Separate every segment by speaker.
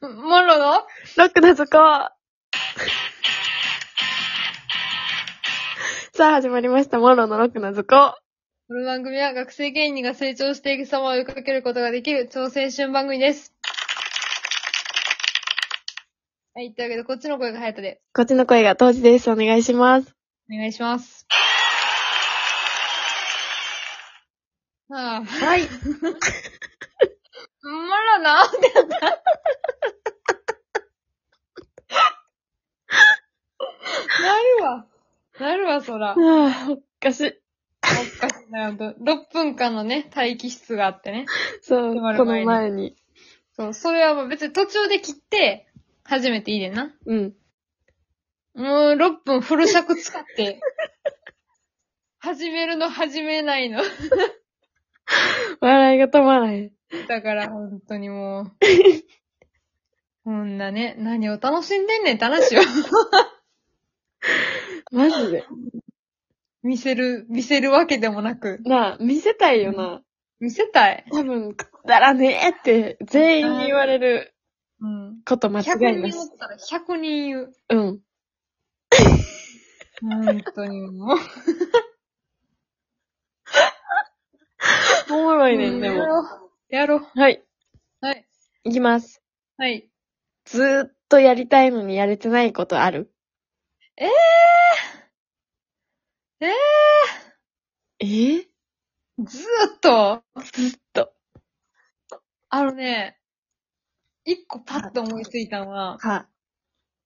Speaker 1: モンローの
Speaker 2: ロックな図工。さあ、始まりました。モンローのロックな図工。
Speaker 1: この番組は学生芸人が成長していく様を追いかけることができる超青春番組です。はい、というわけで、こっちの声が隼人で、
Speaker 2: こっちの声が当時です。お願いします。
Speaker 1: お願いします。ああ、モンロ
Speaker 2: はい。
Speaker 1: ーのってなった。なるわ。なるわ、そら。
Speaker 2: ああ、おかしい。
Speaker 1: おかしいなと。6分間のね、待機室があってね。
Speaker 2: そう、
Speaker 1: 止まる
Speaker 2: こ
Speaker 1: 前に
Speaker 2: の前に。
Speaker 1: そう、それはもう別に途中で切って、初めていいでんな。
Speaker 2: うん。
Speaker 1: もう6分フル尺使 って、始めるの始めないの。
Speaker 2: 笑いが止まらへん。
Speaker 1: だから本当にもう。こんなね、何を楽しんでんねんって話を
Speaker 2: マジで。
Speaker 1: 見せる、見せるわけでもなく。
Speaker 2: なあ、見せたいよな。
Speaker 1: 見せたい。
Speaker 2: 多分、くだらねえって、全員に言われる
Speaker 1: うん。
Speaker 2: こと間違い
Speaker 1: 100
Speaker 2: な
Speaker 1: 人
Speaker 2: し
Speaker 1: お。ったら100人言う。
Speaker 2: うん。
Speaker 1: 本当にも う。
Speaker 2: おもろいねん、で
Speaker 1: や
Speaker 2: も。
Speaker 1: ろう。やろう。
Speaker 2: はい。
Speaker 1: はい。
Speaker 2: いきます。
Speaker 1: はい。
Speaker 2: ずーっとやりたいのにやれてないことある
Speaker 1: ええー、ええ
Speaker 2: ええ
Speaker 1: ー、ずーっと。
Speaker 2: ずっと。
Speaker 1: あのね、一個パッと思いついたのは、
Speaker 2: は。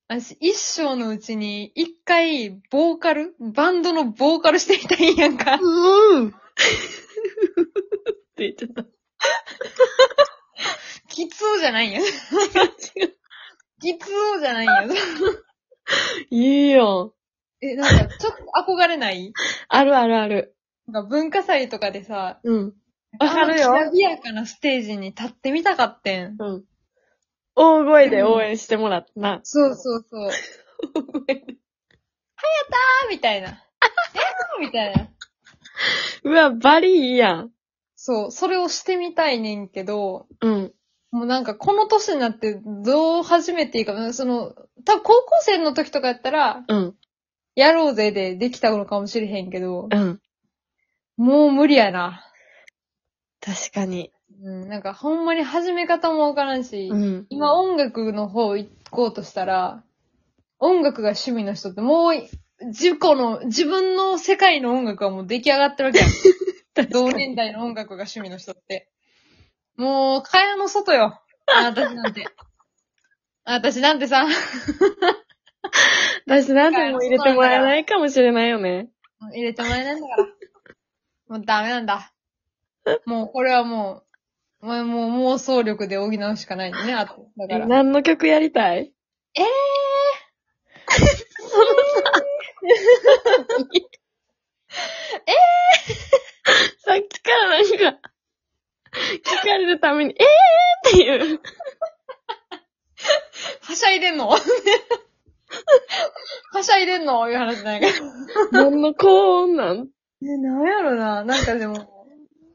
Speaker 1: 私一生のうちに一回ボーカルバンドのボーカルしてみたいんやんか。
Speaker 2: うーんって言っちゃった。
Speaker 1: きつおじゃないんや。 きつおじゃないんや。
Speaker 2: いいよ。
Speaker 1: え、なんかちょっと憧れない
Speaker 2: あるあるある。
Speaker 1: なんか文化祭とかでさ、
Speaker 2: うん。わかる
Speaker 1: あ
Speaker 2: よ
Speaker 1: のきらびやかなステージに立ってみたかってん。
Speaker 2: うん。大声で応援してもらったな。
Speaker 1: そうそうそう。あ
Speaker 2: 大声で
Speaker 1: ー みたいな。えーみたいな。
Speaker 2: うわ、バリいいやん。
Speaker 1: そう、それをしてみたいねんけど、
Speaker 2: うん。
Speaker 1: もうなんかこの年になってどう始めていいか、その、多分高校生の時とかやったら、
Speaker 2: うん。
Speaker 1: やろうぜでできたのかもしれへんけど、
Speaker 2: うん。
Speaker 1: もう無理やな。
Speaker 2: 確かに。
Speaker 1: うん、なんかほんまに始め方もわからんし、
Speaker 2: うん。
Speaker 1: 今音楽の方行こうとしたら、音楽が趣味の人ってもうい、自己の、自分の世界の音楽はもう出来上がってるわけやん同年代の音楽が趣味の人って。もう、蚊帳の外よ。あ私なんて。あ私なんてさ。
Speaker 2: 私なんでも入れてもらえないかもしれないよね。
Speaker 1: もう入れてもらえないんだから。 もうダメなんだ。もうこれはもう、もうもう妄想力で補うしかないね、あと。だから。
Speaker 2: 何の曲やりたい
Speaker 1: ええ
Speaker 2: さっきからなんか、聞かれるために、ええーって いう。
Speaker 1: ー、はしゃいでんの はしゃいでんのいう話なんやけど。
Speaker 2: 何の高音なん
Speaker 1: ね、なんやろな。なんかでも、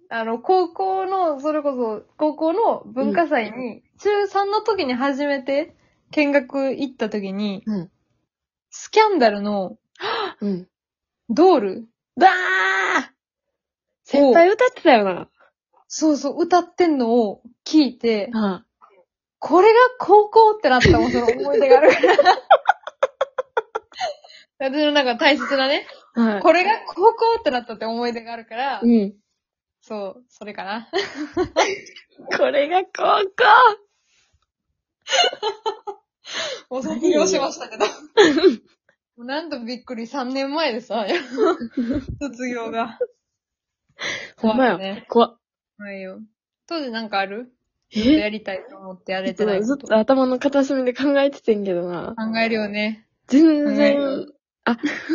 Speaker 1: あの、高校の、それこそ、高校の文化祭に、中3の時に初めて見学行った時に、
Speaker 2: うん
Speaker 1: スキャンダルの
Speaker 2: うん。
Speaker 1: ドール
Speaker 2: だー絶対歌ってたよな。
Speaker 1: そうそう、歌ってんのを聞いて、
Speaker 2: あ
Speaker 1: これが高校ってなったもん、その思い出があるから。 私のなんか大切なね、
Speaker 2: あ。は
Speaker 1: これが高校ってなったって思い出があるから、
Speaker 2: い。うん。
Speaker 1: そう、それかな。
Speaker 2: これが高校
Speaker 1: もう卒業しましたけど。もうなんとびっくり、3年前でさ、 卒業が。
Speaker 2: ほんま
Speaker 1: 怖い
Speaker 2: や
Speaker 1: ね。
Speaker 2: 怖っ
Speaker 1: はいよ。当時なんかある
Speaker 2: え
Speaker 1: やりたいと思ってやれてない
Speaker 2: ず
Speaker 1: こ
Speaker 2: っ
Speaker 1: と。
Speaker 2: と頭の片隅で考えててんけどな。
Speaker 1: 考えるよね。
Speaker 2: 全
Speaker 1: 考え
Speaker 2: 然
Speaker 1: る、
Speaker 2: あ。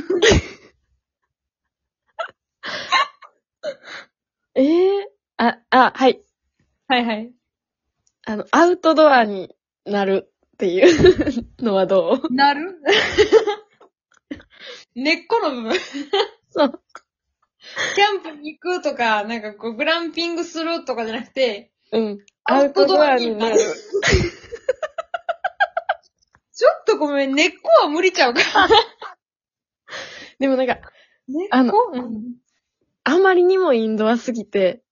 Speaker 2: ええあ、あ、はい。
Speaker 1: はいはい。
Speaker 2: あの、アウトドアになるっていうのはどう
Speaker 1: なる 根っこの部分。
Speaker 2: そう。
Speaker 1: キャンプに行くとか、なんかこう、グランピングするとかじゃなくて、
Speaker 2: うん。
Speaker 1: ア
Speaker 2: ア
Speaker 1: ウ
Speaker 2: ウ
Speaker 1: ト
Speaker 2: ト
Speaker 1: ド
Speaker 2: ド
Speaker 1: ア
Speaker 2: ア
Speaker 1: に
Speaker 2: に
Speaker 1: な
Speaker 2: な
Speaker 1: る
Speaker 2: る。
Speaker 1: ごめん、根っこは無理ちゃ うから。
Speaker 2: でもなんか、
Speaker 1: 根っこ
Speaker 2: あの
Speaker 1: う
Speaker 2: あまりにもインドアすぎて、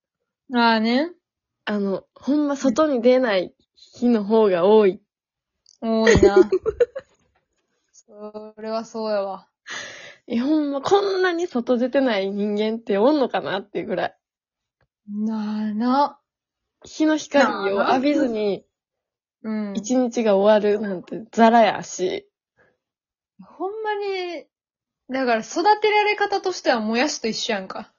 Speaker 1: ん、ああね。
Speaker 2: あの、ほんま外に出ない日の方が多い。
Speaker 1: 多い な。それはそうやわ。
Speaker 2: え、ほんま、こんなに外出てない人間っておんのかなっていうぐらい。
Speaker 1: なあな。
Speaker 2: 日の光を浴びずに
Speaker 1: うん。
Speaker 2: 一日が終わるなんてザラやし。
Speaker 1: ほんまに、だから育てられ方としてはもやしと一緒やん か。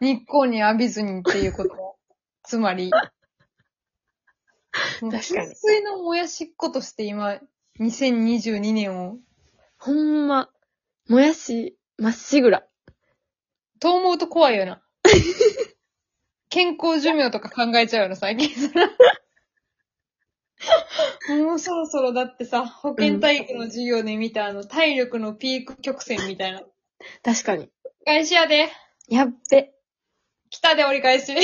Speaker 1: 日光に浴びずにっていうこと。つまり。
Speaker 2: かに
Speaker 1: 純粋のもやしっ子として今、2022年を、
Speaker 2: ほんま、もやし、まっしぐら。
Speaker 1: と思うと怖いよ な。健康寿命とか考えちゃうよな、最近。もうそろそろだってさ、保健体育の授業で見たあの、体力のピーク曲線みたいな。
Speaker 2: 確かに。
Speaker 1: 返しやで。
Speaker 2: やっべ。
Speaker 1: 来たで折り返し。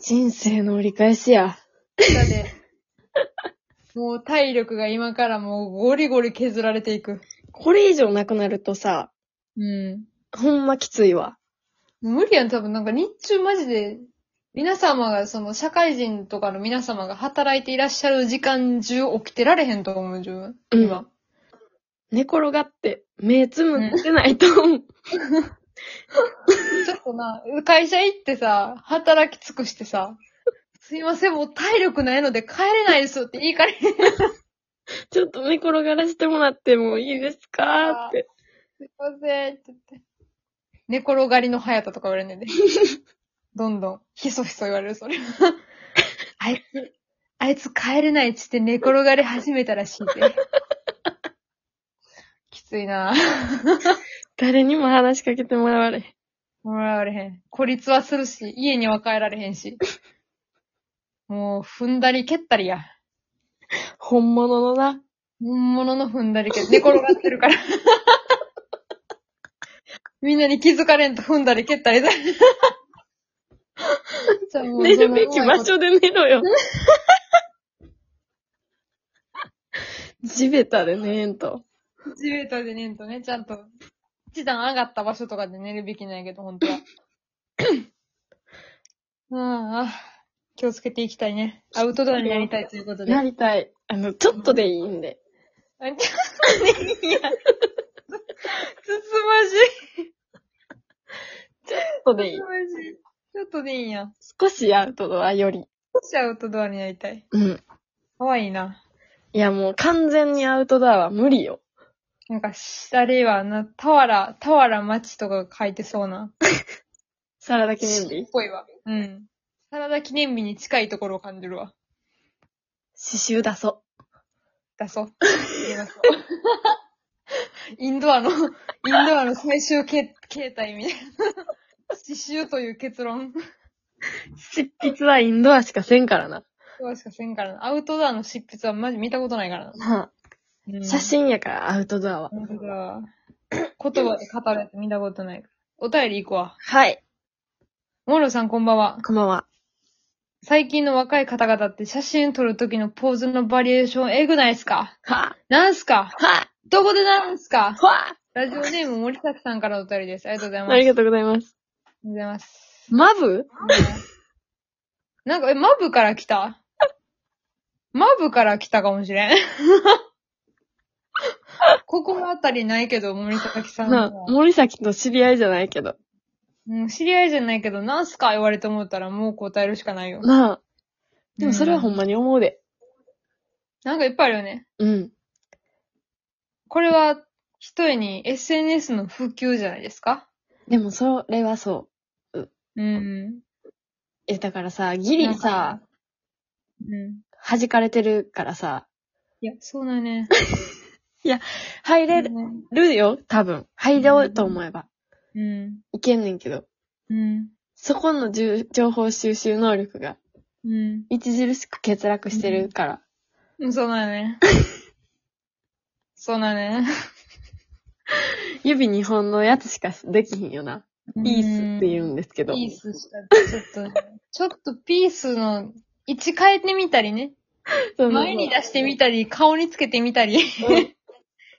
Speaker 2: 人生の折り返しや。
Speaker 1: 来た で。もう体力が今からもうゴリゴリ削られていく。
Speaker 2: これ以上なくなるとさ、
Speaker 1: うん。
Speaker 2: ほんまきついわ。
Speaker 1: 無理やん、多分なんか日中マジで、皆様が、その社会人とかの皆様が働いていらっしゃる時間中起きてられへんと思う、自分。
Speaker 2: うん
Speaker 1: 今。
Speaker 2: 寝転がって、目つむってないと、
Speaker 1: ちょっとな、会社行ってさ、働き尽くしてさ、すいません、もう体力ないので帰れないですって言いかれ
Speaker 2: ちょっと寝転がらせてもらってもいいですかって。
Speaker 1: すいません、って言って。寝転がりの早田とか言われんねんで。 どんどん、ひそひそ言われる、それ。あいつ、あいつ帰れないっつって寝転がり始めたらしい で。きついなぁ。
Speaker 2: 誰にも話しかけてもらわれへん。
Speaker 1: もらわれへん。孤立はするし、家には帰られへんし。もう、踏んだり蹴ったりや。
Speaker 2: 本物のな。
Speaker 1: 本物の踏んだり蹴ったり。寝転がってる から。みんなに気づかれんと踏んだり蹴ったり だ。じゃあもう
Speaker 2: 寝
Speaker 1: そ
Speaker 2: る
Speaker 1: の
Speaker 2: べき場所で寝ろよ。 地べたで寝えんと。
Speaker 1: 地べたで寝んとね、ちゃんと、一段上がった場所とかで寝るべきなんやけど、本当 は。うん、あ、気をつけていきたいね。アウトドアになりたいということで。
Speaker 2: なりたい。あの、ちょっとでいいんで。
Speaker 1: あちょっとね、い や、つ、つま
Speaker 2: ちょっとでい
Speaker 1: じい。
Speaker 2: い
Speaker 1: つ。まじい。ちょっとでいいんや。
Speaker 2: 少しアウトドアより。
Speaker 1: 少しアウトドアになりたい。
Speaker 2: うん。
Speaker 1: かわいいな。
Speaker 2: いや、もう完全にアウトドアは無理よ。
Speaker 1: なんか、あれはな、俵、俵町とかが書いてそうな。
Speaker 2: サラダ記念日
Speaker 1: っ。ぽいわ。うん。サラダ記念日に近いところを感じるわ。
Speaker 2: 刺繍出そ
Speaker 1: 出そう。出ましょう インドアの、インドアの最終形形態みたいな。刺繍という結論。
Speaker 2: う。執筆はインドアしかせんからな。
Speaker 1: そうしかせんからな。アウトドアの執筆はマジ見たことないからな。
Speaker 2: ま
Speaker 1: う
Speaker 2: あ、
Speaker 1: ん
Speaker 2: 写真やからアウトドアは。
Speaker 1: 本当だ。言葉で語るやつ見たことない。お便り行くわ。
Speaker 2: はい。
Speaker 1: モロさんこんばんは。
Speaker 2: こんばんは。
Speaker 1: 最近の若い方々って写真撮る時のポーズのバリエーションえぐないっすか
Speaker 2: は
Speaker 1: なんすか
Speaker 2: は
Speaker 1: どこでなんすか
Speaker 2: は
Speaker 1: ラジオネーム森崎さんからお便りです。ありがとうございます。
Speaker 2: ありがとうございます。
Speaker 1: ありがとうございます。
Speaker 2: マブ
Speaker 1: なんか、え、マブから来たマブから来たかもしれん。 ここのあたりないけど、森崎さん
Speaker 2: な
Speaker 1: は
Speaker 2: あ、森崎と知り合いじゃないけど。
Speaker 1: うん、知り合いじゃないけど、なんすか言われて思ったらもう答えるしかないよ。
Speaker 2: なあ。でもそれはほん
Speaker 1: ま。
Speaker 2: まに思うで。
Speaker 1: なんかいっぱいあるよね。
Speaker 2: うん。
Speaker 1: これは、ひとえに SNS の普及じゃないですか
Speaker 2: でもそれはそう。
Speaker 1: うん。
Speaker 2: え、だからさ、ギリさ、
Speaker 1: うん。
Speaker 2: 弾かれてるからさ、
Speaker 1: いや、そうだよね。
Speaker 2: 入れ
Speaker 1: う
Speaker 2: るよ、多分。入ろうと思えば。
Speaker 1: ん。
Speaker 2: いけんねんけど。
Speaker 1: うん。
Speaker 2: そこのじゅ情報収集能力が、
Speaker 1: うん。
Speaker 2: 著しく欠落してるから。
Speaker 1: うん、そうだよ ね。そうだよね。
Speaker 2: 指2本のやつしかできひんよな。ピースって言うんですけど。
Speaker 1: ピースしか、ちょっとね、ちょっとピースの位置変えてみたりね。
Speaker 2: その
Speaker 1: 前に出してみたり、顔につけてみたり、
Speaker 2: うん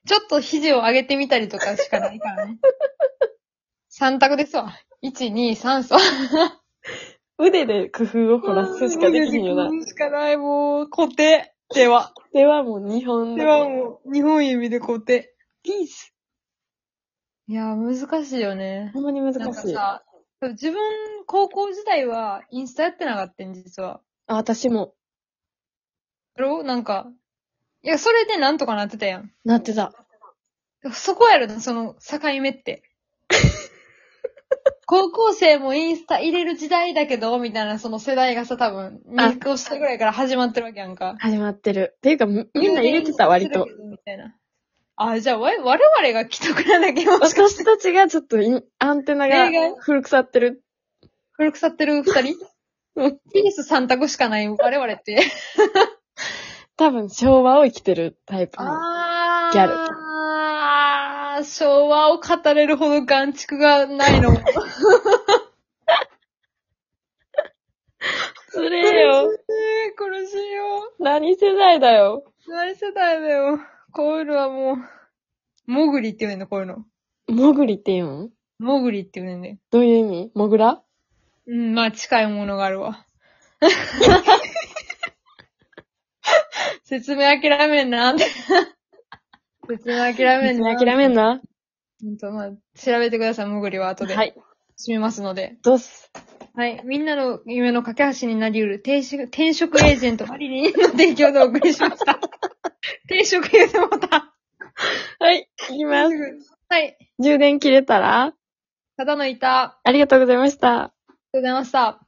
Speaker 1: ちょっと肘を上げてみたりとかしかないから ね。3択ですわ。1、2、3、そう。
Speaker 2: 腕で工夫を凝らすしかできんよな
Speaker 1: もう。しかない、もう、固定。では。
Speaker 2: 手はもう日本
Speaker 1: で
Speaker 2: だ
Speaker 1: はもう、日本指で固定。
Speaker 2: ピース。
Speaker 1: いやー、難しいよね。
Speaker 2: ほんまに難
Speaker 1: なんか
Speaker 2: しい。あ、
Speaker 1: さ、自分、高校時代は、インスタやってなかったん、実は。
Speaker 2: 私も、
Speaker 1: やろなんか、いや、それでなんとかなってたやん。
Speaker 2: なってた。
Speaker 1: そこやろな、その境目 って。高校生もインスタ入れる時代だけど、みたいな、その世代がさ、多分、
Speaker 2: あ
Speaker 1: 入校したぐらいから始まってるわけやんか。
Speaker 2: 始まってる。っていうか、みみんな入れてた、割と。。
Speaker 1: みたいな。あ、じゃあ、わ我々が既得なだけもしか し
Speaker 2: 私
Speaker 1: て、
Speaker 2: たちがちょっとインアンテナが
Speaker 1: 例外
Speaker 2: 古腐ってる。
Speaker 1: 古腐ってる二人
Speaker 2: うん
Speaker 1: ピース三択しかない我々って。
Speaker 2: 多分昭和を生きてるタイプの。
Speaker 1: あ
Speaker 2: ギャル
Speaker 1: あー、昭和を語れるほど眼畜がない のも。
Speaker 2: つ
Speaker 1: 苦しい
Speaker 2: れよ。、
Speaker 1: 苦しいよ。
Speaker 2: 何世代だよ。
Speaker 1: 何世代だよ。こういうのはもう、モグリって言うねんの、こういうの。
Speaker 2: もぐりって言うん
Speaker 1: モグリって言うねんね。
Speaker 2: どういう意味もぐら
Speaker 1: うん、まあ近いものがある わ。説明諦めんな。説明諦めんな。
Speaker 2: 諦めんな。
Speaker 1: ほんと、まあ、調べてください、モグリは後で。
Speaker 2: はい。
Speaker 1: 締めますので。
Speaker 2: どうす。
Speaker 1: はい。みんなの夢の架け橋になり得る転職、転職エージェントマリリンの提供でお送りしま した。転職言うてもうた。
Speaker 2: はい。いきます。
Speaker 1: はい。
Speaker 2: 充電切れたら
Speaker 1: ただのいた。あ
Speaker 2: ありがとうございました。
Speaker 1: りがとうございました。